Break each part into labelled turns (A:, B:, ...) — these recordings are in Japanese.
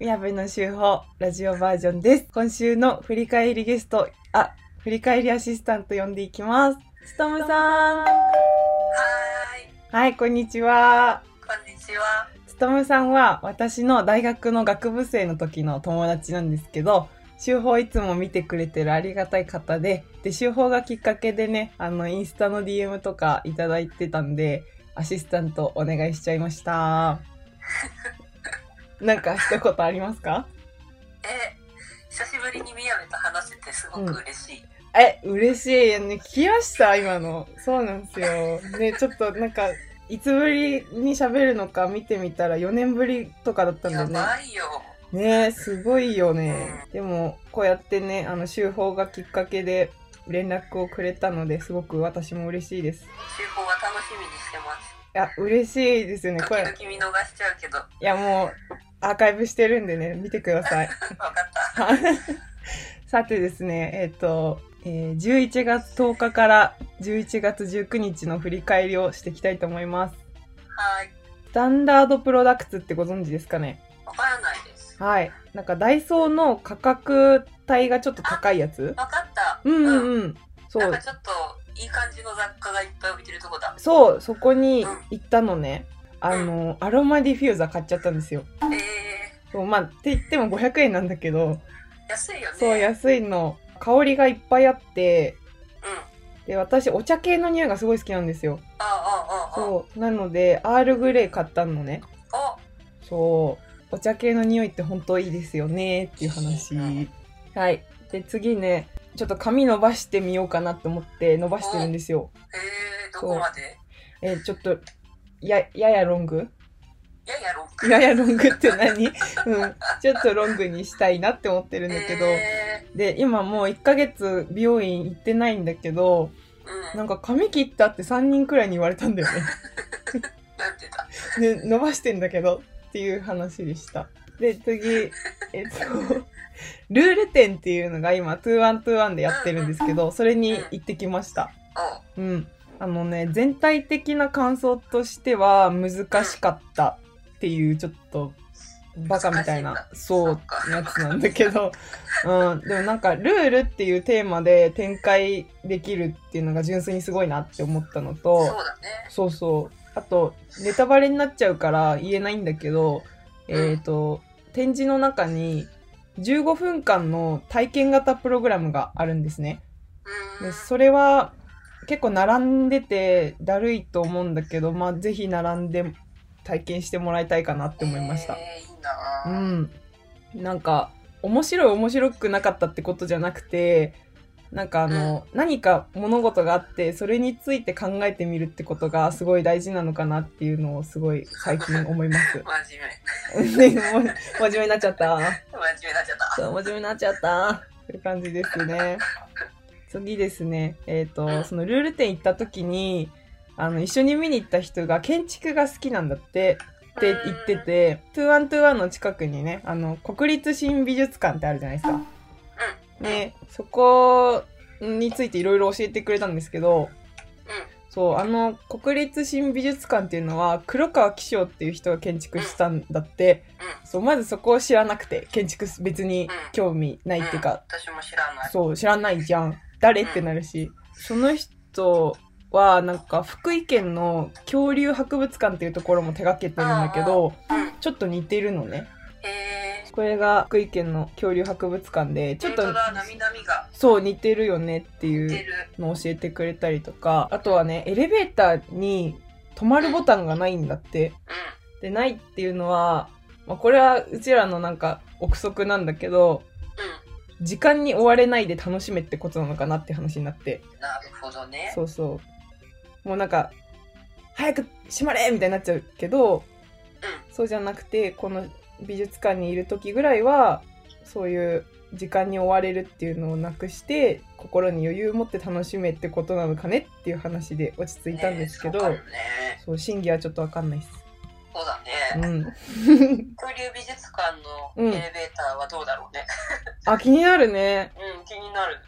A: 宮部の集報ラジオバージョンです。今週の振り返りゲスト、あ、振り返りアシスタント呼んでいきます。つとむさん。
B: はい、
A: はい、こんにちは。
B: こんにちは。
A: つとむさんは私の大学の学部生の時の友達なんですけど、集報いつも見てくれてるありがたい方で、で、集報がきっかけでね、あの、インスタの DM とかいただいてたんで、アシスタントお願いしちゃいま した。なんか一言ありますか
B: え、久しぶりに宮部と話せてすごく嬉しい。
A: え、嬉しい。ね、聞きました今の。そうなんですよ。ね、ちょっとなんか、いつぶりに喋るのか見てみたら4年ぶりとかだったんだ
B: や
A: よね。
B: ばいよ。
A: ねすごいよね。でも、こうやってね、あの、集報がきっかけで連絡をくれたのですごく私も嬉しいです。
B: 集合は楽しみにしてます。
A: いや、嬉しいですよね。こ
B: 時
A: れ、
B: 々見逃しちゃうけど、わ
A: いやもう、アーカイブしてるんでね、見てください。
B: かった。
A: さてですね、えっ、と、えー11月10日から11月19日の振り返りをしていきたいと思います。
B: はい、
A: スタンダードプロダクツってご存知ですかね
B: わからないです。
A: はい。なんかダイソーの価格帯がちょっと高いやつ
B: わかった。
A: うんうん
B: ん。
A: うん。そ
B: なん
A: う
B: か。ちょっといい感じの雑貨がいっぱい置いてるとこだ。
A: そう、そこに行ったのね。あの、アロマディフューザー買っちゃったんですよ。
B: え
A: そうまあ、って言っても500円なんだけど、
B: ー、安いよね。
A: そう、
B: うん。
A: 安いの。香りがいっぱいあって、で、私、お茶系の匂いがすごい好きなんですよ。
B: ああああああ。
A: そう。なので、アールグレイ買ったのね。
B: お、
A: そう。お茶系の匂いって本当いいですよねっていう話
B: う。ん
A: はい。で、次ね、ちょっと髪伸ばしてみようかなと思って伸ばしてるんですよ。
B: えー、どこまで
A: えーちょっと、や、ややロング
B: いやいやろう。
A: ややロングって何 うん。ちょっとロングにしたいなって思ってるんだけど。
B: え
A: で、今もう1ヶ月美容院行ってないんだけど、
B: ー、う。
A: なんんか髪切ったって3人くらいに言われたんだよね。
B: なんてだ。
A: ね、伸ばしてんだけどっていう話でした。で、次、えっと、ルール展っていうのが今、2121でやってるんですけど、それに行ってきました。
B: お、
A: うん。あのね、全体的な感想としては難しかったっていう、ちょっと、バカみたいな、
B: 難しいんだ
A: そ
B: そうっか、
A: やつなんだけど、うん。でもなんか、ルールっていうテーマで展開できるっていうのが純粋にすごいなって思ったのと、
B: そうだね。
A: そうそう。あと、ネタバレになっちゃうから言えないんだけど、えっ、と、展示の中に15分間の体験型プログラムがあるんですね。
B: うー
A: で
B: ん。
A: それは結構並んでてだるいと思うんだけど、まあ、ぜひ並んで体験してもらいたいかなって思いました。
B: えー、いいな
A: う
B: ぁ
A: ん。なんか、面白い面白くなかったってことじゃなくて、なんかあの、何か物事があって、それについて考えてみるってことがすごい大事なのかなっていうのをすごい最近思い ます。
B: 真面目。
A: ねもう真面目になっちゃった。
B: 真面目になっちゃった。
A: そう、真面目になっちゃった。という感じですね。次ですね。えっ、と、そのルール店行った時に、あの、一緒に見に行った人が建築が好きなんだって。って言ってて、2121の近くにね、あの、国立新美術館ってあるじゃないですか。
B: うん。
A: ね、そこについていろいろ教えてくれたんですけど、そう、あの、国立新美術館っていうのは、黒川紀章っていう人が建築したんだって、そう、まずそこを知らなくて、建築別に興味な
B: う
A: い
B: ん。
A: っていうか、
B: うん私も知らない。
A: そう、知らないじゃん。誰ってなるし。その人は、なんか、福井県の恐竜博物館っていうところも手掛けてるんだけど、
B: うん。
A: ちょっと似てるのね。
B: えー。
A: これが福井県の恐竜博物館で、ちょっと
B: 本当、だ、涙みが
A: そう、似てるよねって
B: 出
A: いう
B: る。
A: のを教えてくれたりとか、あとはね、エレベーターに止まるボタンがないんだって。
B: う
A: で、ないっていうのは、まあ、これはうちらのなんか、憶測なんだけど、
B: ん。
A: 時間に追われないで楽しめってことなのかなって話になって。
B: うん。なるほどね。
A: そうそう。もうなんか、早く閉まれみたいになっちゃうけど、そうじゃなくて、この美術館にいる時ぐらいは、そういう時間に追われるっていうのをなくして、心に余裕を持って楽しめってことなのかねっていう話で落ち着いたんですけど、
B: ねそうかもね
A: そう、真偽はちょっとわかんないです。
B: そうだ
A: う
B: ね。
A: ん。
B: 恐竜美術館のエレベーターはどうだろうね。
A: あ、気になるね。
B: うん、気になる。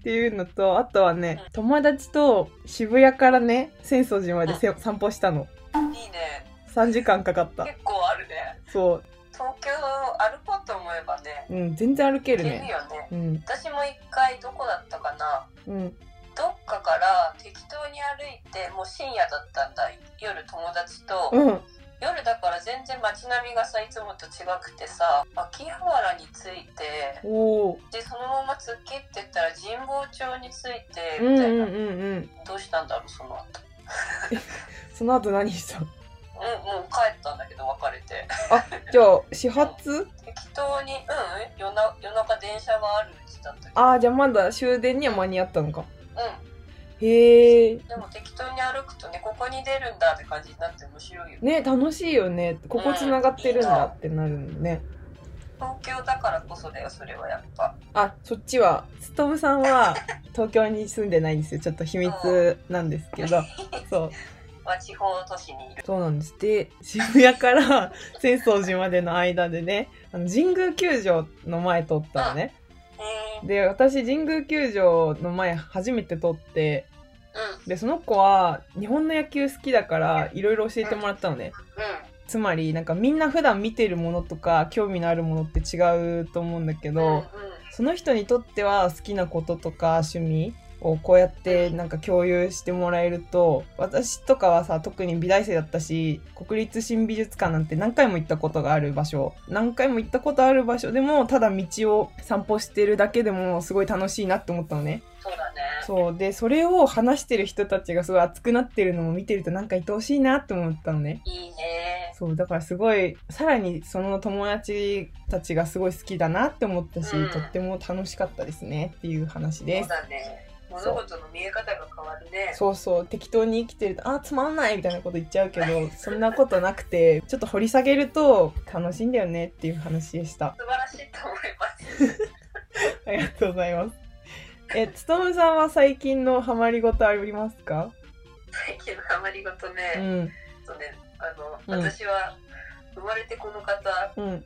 A: っていうのと、あとはね、友達と渋谷からね、浅草寺までせ散歩したの。
B: いいね。
A: 3時間かかった。
B: 結構あるね。
A: そう。
B: 東京歩こうとえばね
A: うん、全然歩け
B: 行
A: る
B: ける
A: ね。
B: よね
A: うん、
B: 私も一回どこだったかな
A: うん、
B: どっかから適当に歩いてもう深夜だったんだ夜友達と、
A: うん、
B: 夜だから全然街並みがさいつもと違くてさ秋葉原に着いて
A: おお、
B: でそのまま突っ切ってったら神保町に着い
A: う
B: て
A: ん、う
B: みたい
A: ん、
B: な、
A: うん、うん。
B: どうしたんだろうその後
A: その後何したの
B: うんうん帰ったんだけど別れて
A: じゃあ、始発
B: 適当にうん夜な夜中電車があるうちだったけど
A: ああ、じゃあまだ終電には間に合ったのか。
B: う
A: へえ
B: ん。でも適当に歩くとねここに出るんだって感じになって面白いよね
A: ね、楽しいよね。ここ繋がってるんだってなるのね。
B: 東京だからこそだよそれはやっぱ
A: あ、そっちは、つとむさんは 東京に住んでないんですよ。ちょっと秘密なんですけど。そう、
B: まあ地方都市にいる
A: そうなんです。で、渋谷から 浅草寺までの間でね、あの神宮球場の前通ったのね。
B: うん
A: で、私、神宮球場の前初めて通って、
B: うん
A: で、その子は日本の野球好きだから、いろいろ教えてもらったのね。
B: う
A: つまりなんかみんな普段見てるものとか興味のあるものって違うと思うんだけ
B: んうんうん
A: ど、その人にとっては好きなこととか趣味をこうやってなんか共有してもらえると私とかはさ特に美大生だったし国立新美術館なんて何回も行ったことがある場所何回も行ったことある場所でもただ道を散歩してるだけでもすごい楽しいなって思ったのね。
B: そうだね
A: そうでそれを話してる人たちがすごい熱くなってるのも見てるとなんか愛おしいなって思ったのね。
B: いいね
A: そうだからすごいさらにその友達たちがすごい好きだなって思ったし、
B: うん
A: とっても楽しかったですねっていう話で
B: そう
A: す。
B: だね
A: う
B: 物事の見え方が変わるね
A: そうそう適当に生きてるとあつまんないみたいなこと言っちゃうけど そんなことなくてちょっと掘り下げると楽しいんだよねっていう話でした
B: 素晴らしいと思います
A: ありがとうございますえつとむさんは最近のハマりごとありますか
B: 最近のハマりごとね、
A: うん
B: そうね、あの、
A: うん
B: 私は生まれてこの方
A: うん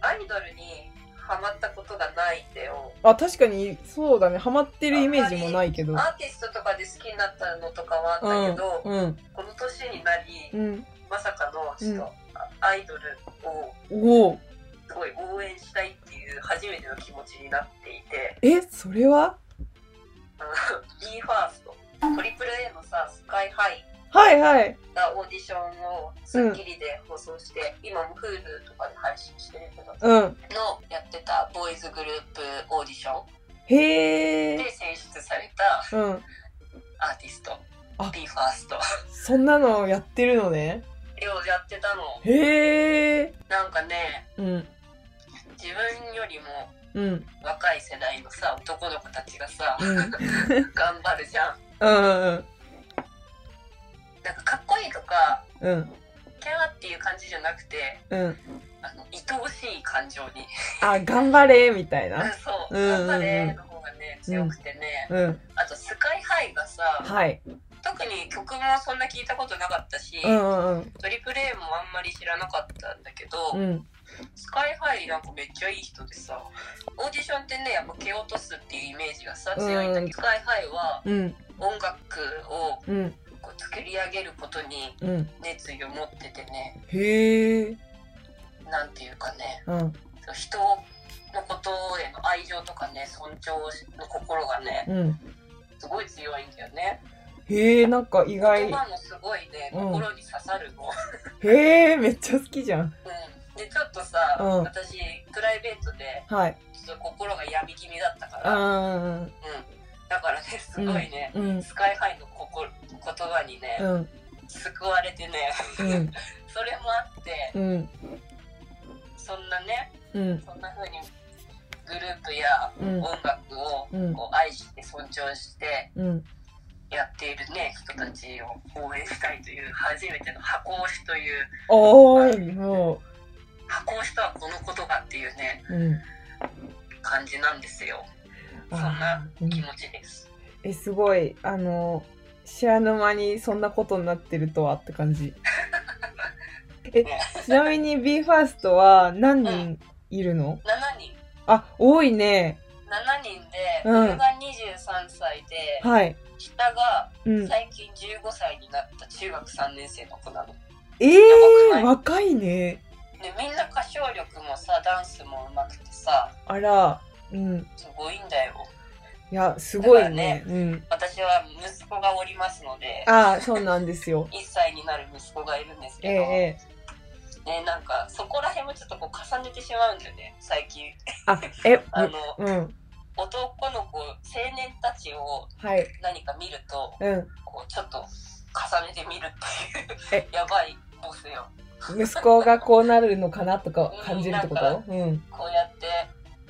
B: アイドルにハマったことがないんだよ
A: あ確かにそうだねハマってるイメージもないけど
B: アーティストとかで好きになったのとかは
A: う
B: あった
A: ん
B: けど、
A: うん
B: この年になり、
A: うん
B: まさかのちょっと、
A: う
B: アイドルを
A: おお
B: すごい応援したいっていう初めての気持ちになっていて
A: えそれは
B: あの BE:FIRST トリプル a のさスカイハイ
A: はいはい
B: がオーディションを『スッキリ』で放送して、今も Hulu とかで配信してるけど
A: うん。
B: のやってたボーイズグループオーディション
A: へ
B: で
A: え。
B: 選出された
A: うん。
B: アーティスト
A: あ
B: BE:FIRST
A: そんなのやってるのね。
B: をやってたの
A: へえ。
B: なんかね
A: うん。
B: 自分よりも
A: うん。
B: 若い世代のさ男の子たちがさ
A: うん。
B: 頑張るじゃん
A: うん。
B: なんかかっこいいとか
A: うん。
B: キャーっていう感じじゃなくて
A: うん。
B: あの愛おしい感情に
A: あ、頑張れみたいな。
B: そう
A: うんうんうん
B: 頑張れの方がね強くてね、
A: うん。
B: あとスカイハイがさ
A: はい。
B: 特に曲もそんな聞いたことなかったし、
A: うんうん
B: トリプル a もあんまり知らなかったんだけど、
A: うん。うん。
B: スカイハイなんかめっちゃいい人でさオーディションってねやっぱ蹴落とすっていうイメージがさ強いんだけど、
A: うん
B: スカイハイは
A: うん。
B: 音楽を
A: うん。
B: こう作り上げることに
A: うん。
B: 熱意を持っててね
A: へえ。
B: なんていうかね
A: うん。
B: そう人のことへの愛情とかね尊重の心がね
A: うん。
B: すごい強いんだよね
A: へえ、なんか意
B: 言
A: 外。
B: 葉もすごいね
A: うん
B: 心に刺さるの、
A: へえ、めっちゃ好きじゃん。
B: うん、でちょっとさ、
A: うん
B: 私プライベートで
A: はい。
B: ちょっと心が病み気味だったから、
A: あ
B: うん、だからねすごいね、
A: ーうん。
B: スカイハイの心言葉にね、
A: うん。
B: 救われてね
A: うん。
B: それもあって
A: うん。
B: そんなね
A: うん。
B: そんな風にグループや
A: うん
B: 音楽を
A: うん
B: こう愛して尊重して
A: うん。
B: やっているね人たちを応援したいという初めての箱推しという
A: おーい、も
B: 箱推しとはこのことがっていうね
A: う。うん。
B: 感じなんですよそんな
A: ーうん
B: 気持ちです、
A: えすごいあの知らぬ間にそんなことになってるとはって感 じえちなみに BE:FIRST は何人いるの
B: 7人
A: あ多いね
B: 7人で
A: うん
B: 上が23歳で、
A: はい
B: 下が
A: うん
B: 最近15歳になった中学3年生の子なの。
A: えー、
B: やばくない
A: 若いね
B: うん、でみんな歌唱力もさダンスも上手くてさ
A: あら、うん。
B: すごいんだよ
A: いや、すごい
B: だから
A: ね
B: ね。
A: うん。
B: 私は息子がおりますので
A: ああ、そうなんですよ。
B: 1歳になる息子が いるんですけ
A: え
B: ど、
A: えええ。
B: ね、なんかそこら辺もちょっとこう重ねてしまうんだよね最近
A: あ、え、
B: あの
A: うん。
B: 男の子青年たちを
A: はい。
B: 何か見ると
A: うん。
B: こうちょっと重ねてみるってい
A: え
B: うやばいボスよ
A: 息子がこうなるのかなとか
B: うん
A: 感じるってこ
B: な
A: とうん。
B: こうやって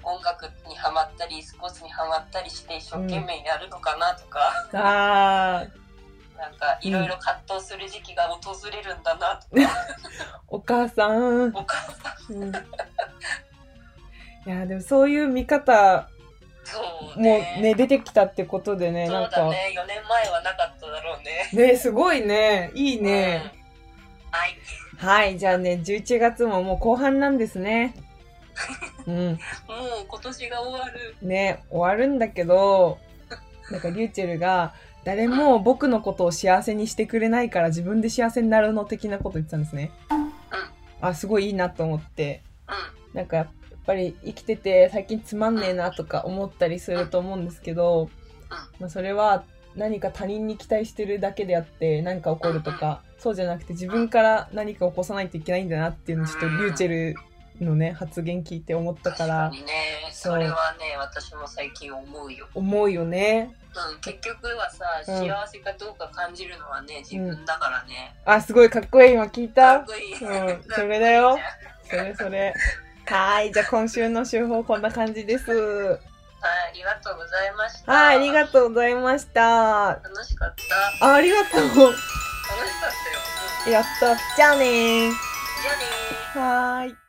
B: 音楽にハマったりスポーツにハマったりして一生懸命やるのかなとか、
A: ああ、
B: なんかいろいろ葛藤する時期が訪れるんだなとか、
A: お母さん。
B: お母さん
A: うんいや、でもそういう見方
B: そう
A: も
B: ね
A: ね、出てきたってことでね、
B: そう
A: なん
B: だ
A: か、
B: ね4年前はなかっただろうね
A: ね、すごいね。いいね。
B: うんはい
A: はい、じゃあね、11月ももう後半なんですね。うん。
B: もう今年が終わる
A: ね、終わるんだけど、なんかリューチェルが、誰も僕のことを幸せにしてくれないから自分で幸せになるの的なこと言ってたんですね。あ、すごいいいなと思って。
B: う
A: なんかやっぱり生きてて最近つまんねえなとか思ったりすると思うんですけど、まあ、それは何か他人に期待してるだけであって何か起こるとかそうじゃなくて自分から何か起こさないといけないんだなっていうのをちょっとリューチェルのね発言聞いて思っ
B: ん
A: たか
B: 確
A: ら
B: かにね
A: そう
B: それはね私も最近思うよ、
A: 思うよね
B: うん、結局はさ、
A: うん
B: 幸せかどうか感じるのはね自分だからね、
A: あすごいかっこいい今聞い
B: か ったこいい、
A: うんそれだよ
B: は
A: それそれはーいじゃあ今週の週報こんな感じですはい
B: いありがとうございました
A: ありがとうございましたあ
B: 楽しかった
A: ありがとう
B: 楽しかったよ、うん
A: やったじゃあねー
B: じゃあねー
A: はーい